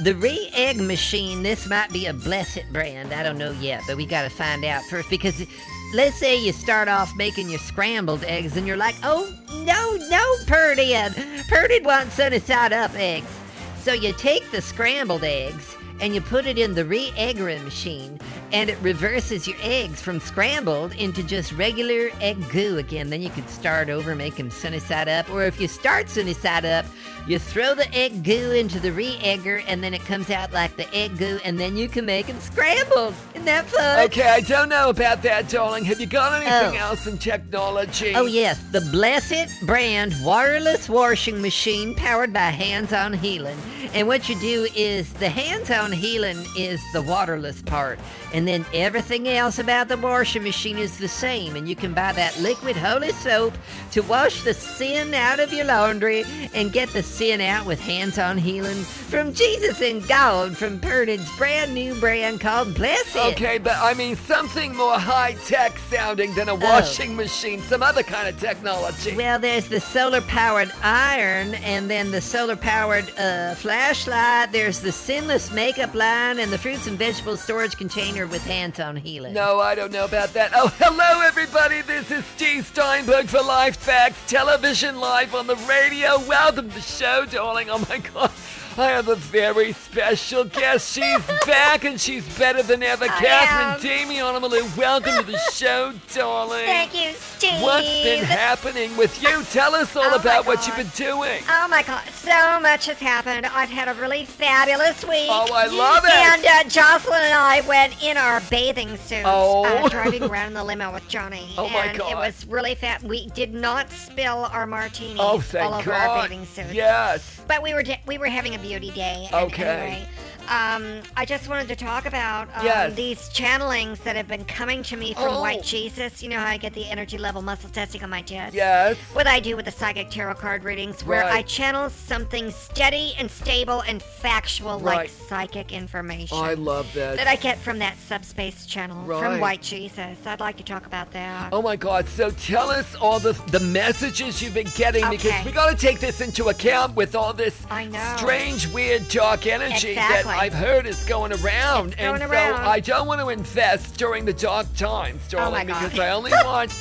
Speaker 4: The re egg machine, this might be a blessed brand. I don't know yet, but we gotta find out first because let's say you start off making your scrambled eggs and you're like, oh no, no, Purdy'd. Purdy'd wants sunny side up eggs. So you take the scrambled eggs and you put it in the re eggering machine and it reverses your eggs from scrambled into just regular egg goo again. Then you can start over, make them sunny side up. Or if you start sunny side up, you throw the egg goo into the re egger and then it comes out like the egg goo and then you can make them scrambled. Isn't that fun?
Speaker 1: Okay, I don't know about that, darling. Have you got anything
Speaker 4: Oh.
Speaker 1: else in technology?
Speaker 4: Oh, yes, the Blessed brand wireless washing machine powered by Hands on Healing. And what you do is the Hands on Healing is the waterless part. And then everything else about the washing machine is the same. And you can buy that liquid holy soap to wash the sin out of your laundry and get the sin out with Hands on Healing from Jesus and God from Pernod's brand new brand called Blessed.
Speaker 1: Okay, but I mean something more high tech sounding than a washing machine, some other kind of technology.
Speaker 4: Oh. Well, there's the solar powered iron, and then the solar powered uh, flashlight. There's the sinless makeup line, and the fruits and vegetables storage container with hands on healing.
Speaker 1: no, I don't know about that. Oh, hello, everybody. This is Steve Steinberg for Life Facts Television Live on the radio. Welcome to the show, darling. Oh, my God. I have a very special guest. She's back and she's better than ever. Catherine Damian Amalou, welcome to the show, darling.
Speaker 2: Thank you, Steve.
Speaker 1: What's been happening with you? Tell us all
Speaker 2: Oh my
Speaker 1: about what you've
Speaker 2: God.
Speaker 1: been doing.
Speaker 2: Oh my god, so much has happened. I've had a really fabulous week.
Speaker 1: Oh, I love it.
Speaker 2: And uh, Jocelyn and I went in our bathing suits,
Speaker 1: Oh.
Speaker 2: uh, driving around in the limo with Johnny.
Speaker 1: Oh my
Speaker 2: and
Speaker 1: God.
Speaker 2: It was really fat. We did not spill our martinis
Speaker 1: oh, thank
Speaker 2: all over
Speaker 1: God.
Speaker 2: our bathing suits.
Speaker 1: Yes.
Speaker 2: But we were da- we were having a beauty day. and
Speaker 1: Okay.
Speaker 2: Anyway, um, I just wanted to talk about um,
Speaker 1: Yes.
Speaker 2: these channelings that have been coming to me from
Speaker 1: Oh.
Speaker 2: White Jesus. You know how I get the energy level muscle testing on my chest?
Speaker 1: Yes.
Speaker 2: what I do with the psychic tarot card readings, where
Speaker 1: Right.
Speaker 2: I channel something steady and stable and factual,
Speaker 1: Right.
Speaker 2: like psychic information.
Speaker 1: Oh, I love that.
Speaker 2: that I get from that subspace channel
Speaker 1: Right.
Speaker 2: from White Jesus. I'd like to talk about that.
Speaker 1: Oh my God! So tell us all the the messages you've been getting because
Speaker 2: Okay.
Speaker 1: we got to take this into account with all this
Speaker 2: I know.
Speaker 1: strange, weird, dark energy
Speaker 2: Exactly.
Speaker 1: that I've heard is going around,
Speaker 2: It's going
Speaker 1: and
Speaker 2: around. Oh
Speaker 1: so I don't want to invest during the dark times,
Speaker 2: my
Speaker 1: darling,
Speaker 2: God.
Speaker 1: because I only want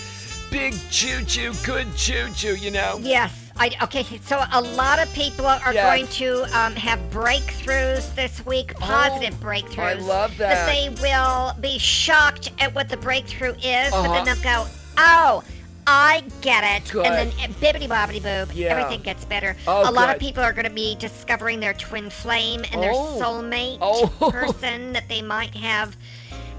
Speaker 1: big choo choo, good choo choo, you know.
Speaker 2: Yes. I, okay, so a lot of people are
Speaker 1: Yes. Oh,
Speaker 2: going to um, have breakthroughs this week, positive breakthroughs.
Speaker 1: I love that.
Speaker 2: they will be shocked at what the breakthrough is, but
Speaker 1: Uh-huh.
Speaker 2: then they'll go, oh, I get it.
Speaker 1: Good.
Speaker 2: And then eh, bibbity bobbity boob,
Speaker 1: Yeah.
Speaker 2: everything gets better.
Speaker 1: Oh,
Speaker 2: a lot of
Speaker 1: good.
Speaker 2: people are going to be discovering their twin flame and their
Speaker 1: Oh.
Speaker 2: soulmate
Speaker 1: Oh.
Speaker 2: person that they might have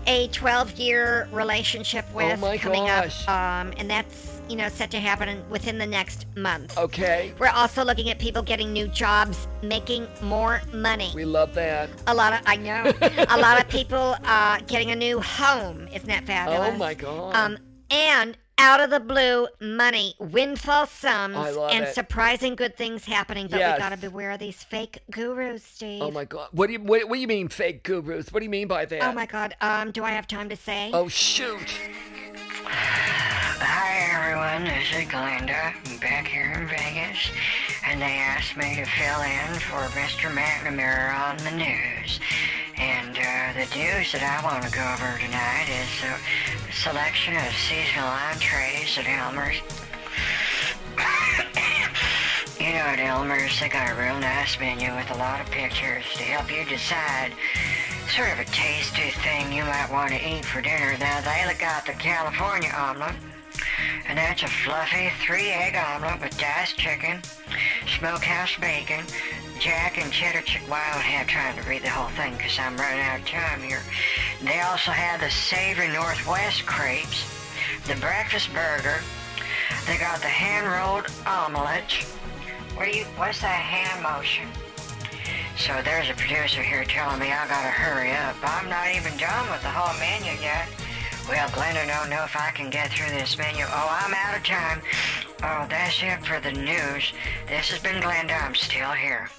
Speaker 2: a 12 year relationship
Speaker 1: Oh
Speaker 2: with
Speaker 1: my
Speaker 2: coming
Speaker 1: gosh.
Speaker 2: up. Um, and that's you know, set to happen within the next month.
Speaker 1: Okay.
Speaker 2: We're also looking at people getting new jobs, making more money.
Speaker 1: We love that.
Speaker 2: a lot of, I know, a lot of people uh, getting a new home. Isn't that fabulous?
Speaker 1: Oh my god.
Speaker 2: Um, and out of the blue, money, windfall sums,
Speaker 1: I love
Speaker 2: and
Speaker 1: it.
Speaker 2: surprising good things happening. But
Speaker 1: Yes.
Speaker 2: we gotta beware of these fake gurus, Steve.
Speaker 1: oh my god. What do you what, what do you mean fake gurus? What do you mean by that?
Speaker 2: Oh my God. Um, do I have time to say?
Speaker 1: Oh shoot.
Speaker 5: Hi everyone, this is Glenda. I'm back here in Vegas, and they asked me to fill in for Mr. McNamara on the news. And uh, the news that I want to go over tonight is the selection of seasonal entrees at Elmer's. You know, at Elmer's, they got a real nice menu with a lot of pictures to help you decide sort of a tasty thing you might want to eat for dinner. Now, they got the California omelet, and that's a fluffy three egg omelet with diced chicken, smokehouse bacon, jack and cheddar chicken. Well, I don't have time to read the whole thing because I'm running out of time here. They also have the savory Northwest crepes, the breakfast burger. They got the hand rolled omelets. What do you? What's that hand motion? So there's a producer here telling me I gotta hurry up. I'm not even done with the whole menu yet. Well, Glenda don't know if I can get through this menu. Oh, I'm out of time. Oh, that's it for the news. This has been Glenda. I'm still here.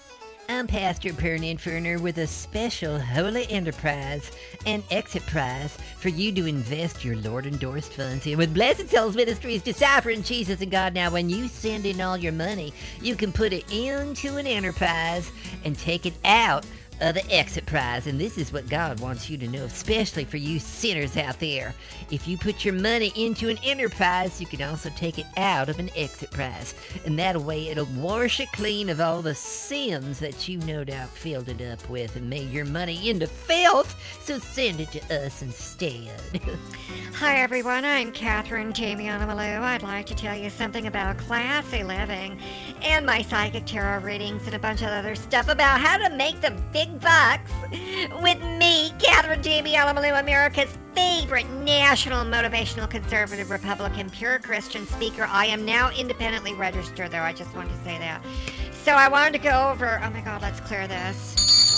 Speaker 4: I'm Pastor Pern Inferner with a special holy enterprise and exit prize for you to invest your Lord endorsed funds in with Blessed Souls Ministries, Deciphering Jesus and God. Now, when you send in all your money, you can put it into an enterprise and take it out of Uh, the exit prize. And this is what God wants you to know, especially for you sinners out there. If you put your money into an enterprise, you can also take it out of an exit prize. And that way it'll wash it clean of all the sins that you no doubt filled it up with and made your money into filth. So send it to us instead.
Speaker 2: Hi everyone, I'm Catherine Tamianamalu. I'd like to tell you something about classy living and my psychic tarot readings and a bunch of other stuff about how to make the big bucks with me, Catherine Tamianamalu, America's favorite national motivational conservative Republican pure Christian speaker. I am now independently registered though, I just wanted to say that. So I wanted to go over, oh my god, let's clear this.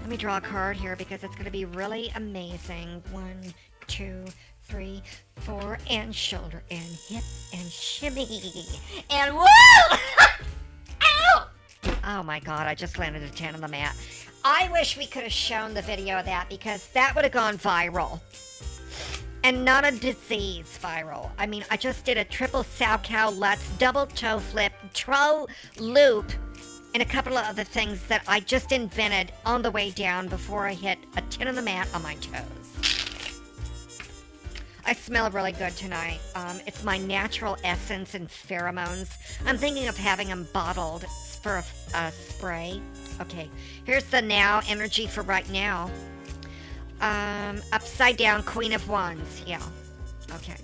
Speaker 2: Let me draw a card here because it's going to be really amazing. One, two, three, four, and shoulder and hip and shimmy and woo! Ow! Oh my god, I just landed a 10 on the mat. I wish we could have shown the video of that because that would have gone viral. And not a disease viral. I mean, I just did a triple sow cow lutz, double toe flip, tro loop, and a couple of other things that I just invented on the way down before I hit a 10 on the mat on my toes. I smell really good tonight. Um, it's my natural essence and pheromones. I'm thinking of having them bottled for a, f- a spray. Okay, here's the now energy for right now. Um, upside down, Queen of Wands. Yeah. Okay.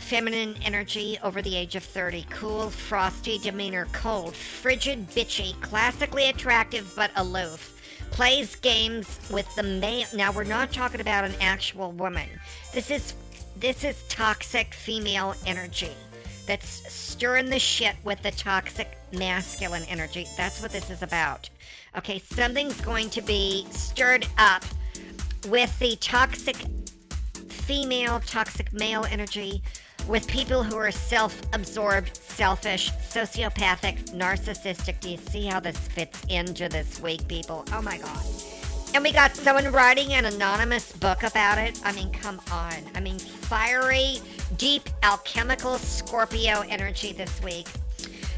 Speaker 2: Feminine energy over the age of 30. Cool, frosty demeanor, cold, frigid, bitchy, classically attractive but aloof. Plays games with the male. Now we're not talking about an actual woman. This is this is toxic female energy. That's stirring the shit with the toxic masculine energy. That's what this is about. Okay, something's going to be stirred up with the toxic female toxic male energy with people who are self absorbed, selfish, sociopathic, narcissistic. Do you see how this fits into this week, people? Oh my god. And we got someone writing an anonymous book about it. I mean, come on. I mean, fiery, deep, alchemical Scorpio energy this week.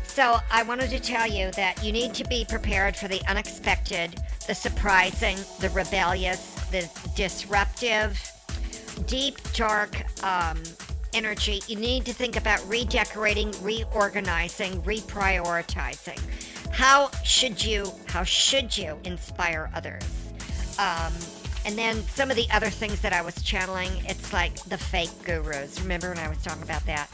Speaker 2: So, I wanted to tell you that you need to be prepared for the unexpected, the surprising, the rebellious, the disruptive deep, dark um, energy, you need to think about redecorating, reorganizing, reprioritizing. How should you? How should you inspire others? Um, and then some of the other things that I was channeling, it's like the fake gurus. Remember when I was talking about that?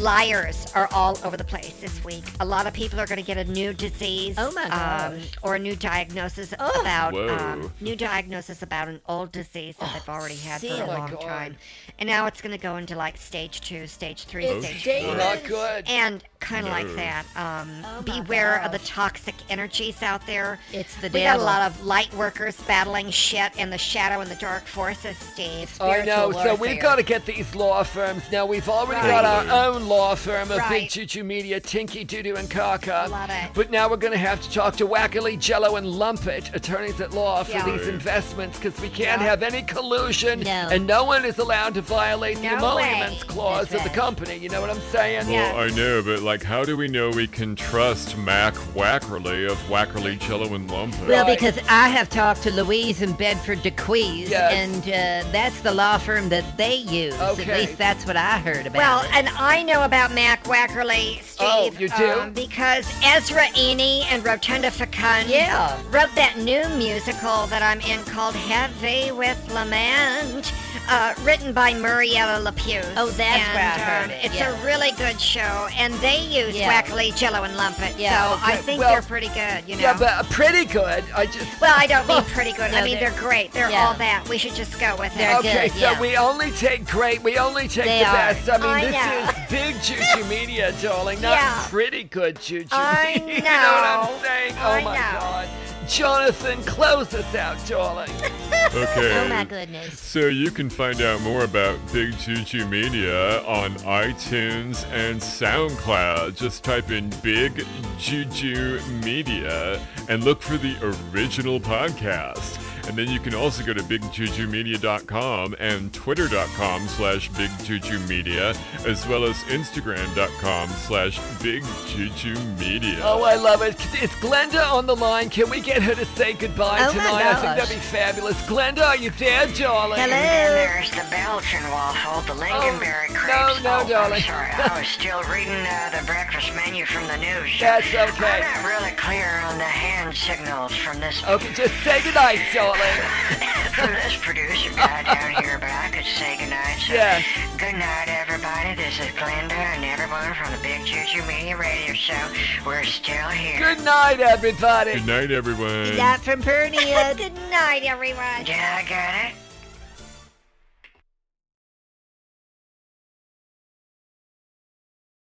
Speaker 2: liars are all over the place this week. A lot of people are going to get a new disease.
Speaker 4: Oh my
Speaker 2: um,
Speaker 4: gosh.
Speaker 2: or a new diagnosis about
Speaker 3: Whoa.
Speaker 2: um, new diagnosis about an old disease that they've already had for
Speaker 4: see,
Speaker 2: a
Speaker 4: my
Speaker 1: Oh
Speaker 2: long
Speaker 1: God.
Speaker 2: time, and now it's going to go into like stage two, stage three,
Speaker 4: It's
Speaker 2: stage
Speaker 4: dangerous.
Speaker 2: four.
Speaker 1: Not good.
Speaker 2: And kind of
Speaker 3: No.
Speaker 2: like that. Um,
Speaker 4: Oh my
Speaker 2: beware of
Speaker 4: gosh.
Speaker 2: the toxic energies out there.
Speaker 4: It's the
Speaker 2: we
Speaker 4: devil.
Speaker 2: got a lot of light workers battling shit in the shadow and the dark forces, Steve.
Speaker 1: I
Speaker 4: spiritual
Speaker 1: know, so we've
Speaker 4: warfare.
Speaker 1: got to get these law firms. Now, we've already
Speaker 2: Right.
Speaker 1: got our own law firm of Big
Speaker 2: Right.
Speaker 1: Choo Choo Media, Tinky Doo Doo and Kaka.
Speaker 2: Love it.
Speaker 1: But now we're going to have to talk to Wackily, Jello, and Lumpet, attorneys at law, for
Speaker 2: Yeah.
Speaker 1: these
Speaker 3: Right.
Speaker 1: investments because we can't
Speaker 2: Yeah.
Speaker 1: have any collusion
Speaker 4: No.
Speaker 1: and no one is allowed to violate the
Speaker 2: No
Speaker 1: emoluments
Speaker 2: way.
Speaker 1: clause
Speaker 4: That's
Speaker 1: of the
Speaker 4: right.
Speaker 1: company. You know what I'm saying?
Speaker 2: Yeah.
Speaker 3: Well, I know, but like, how do we know we can trust Mac Wackerly of Wackerly Jello and Lumpet?
Speaker 4: Well,
Speaker 1: Right.
Speaker 4: because I have talked to Louise and Bedford DeQuees,
Speaker 1: Yes.
Speaker 4: and uh, that's the law firm that they use. At
Speaker 1: Okay.
Speaker 4: least that's what I heard about.
Speaker 2: Well,
Speaker 4: it.
Speaker 2: and I know about Mac Wackerly, Steve. um,
Speaker 1: Oh, you do?
Speaker 2: because Ezra Eney and Rotunda Fecund
Speaker 4: Yeah.
Speaker 2: wrote that new musical that I'm in called Heavy with Lament, uh, written by Muriella LaPuse.
Speaker 4: Oh, that's
Speaker 2: and,
Speaker 4: where I heard
Speaker 2: um,
Speaker 4: it,
Speaker 2: It's
Speaker 4: yeah.
Speaker 2: a really good show, and they use
Speaker 4: Yeah.
Speaker 2: Wackerly, Jello, and Lumpet.
Speaker 4: Yeah,
Speaker 2: so I
Speaker 1: okay,
Speaker 2: think
Speaker 1: well-
Speaker 2: they're pretty good, you know.
Speaker 1: Yeah, but uh, pretty good. I just.
Speaker 2: well, I don't mean pretty good. I
Speaker 4: No,
Speaker 2: mean
Speaker 4: they're-
Speaker 2: they're, great. They're
Speaker 4: yeah.
Speaker 2: all that. We should just go with it.
Speaker 4: They're good.
Speaker 1: Okay, so
Speaker 4: yeah.
Speaker 1: we only take great, we only take
Speaker 4: They
Speaker 1: the
Speaker 4: are.
Speaker 1: best. I mean,
Speaker 2: I
Speaker 1: this
Speaker 2: know.
Speaker 1: is big choo choo media, darling, not
Speaker 2: Yeah.
Speaker 1: pretty good choo choo
Speaker 2: I
Speaker 1: media. you know what
Speaker 2: know.
Speaker 1: I'm saying? Oh
Speaker 2: I
Speaker 1: my
Speaker 2: know.
Speaker 1: god. Jonathan, close us out, darling.
Speaker 3: okay.
Speaker 4: oh my goodness.
Speaker 3: So you can find out more about Big Choo Choo Media on iTunes and SoundCloud. Just type in Big Choo Choo Media and look for the original podcast. And then you can also go to BigChooChooMedia.com and Twitter.com slash Big Choo Choo Media, as well as Instagram.com slash Big Choo Choo Media.
Speaker 1: Oh, I love it. Is Glenda on the line? Can we get her to say goodbye
Speaker 4: Oh my
Speaker 1: tonight? I
Speaker 4: gosh.
Speaker 1: think that'd be fabulous. Glenda, are you there, darling?
Speaker 5: And
Speaker 4: Hello.
Speaker 5: there's the Belgian waffle, the Lingonberry
Speaker 1: Oh,
Speaker 5: crepes.
Speaker 1: no, no,
Speaker 5: oh,
Speaker 1: darling.
Speaker 5: I'm sorry, I was still reading uh, the breakfast menu from the news.
Speaker 1: That's okay. Oh,
Speaker 5: I'm not really clear on the hand signals from this
Speaker 1: Okay, just say goodnight, darling.
Speaker 5: from this producer guy down here, but I could say goodnight. So
Speaker 1: Yes.
Speaker 5: Good night, everybody. This is Glenda and everyone from the Big Juju Media Radio Show. We're still here.
Speaker 1: Good night, everybody.
Speaker 3: Good night, everyone.
Speaker 4: That from Pernia.
Speaker 2: Good night, everyone.
Speaker 5: Yeah, I got it.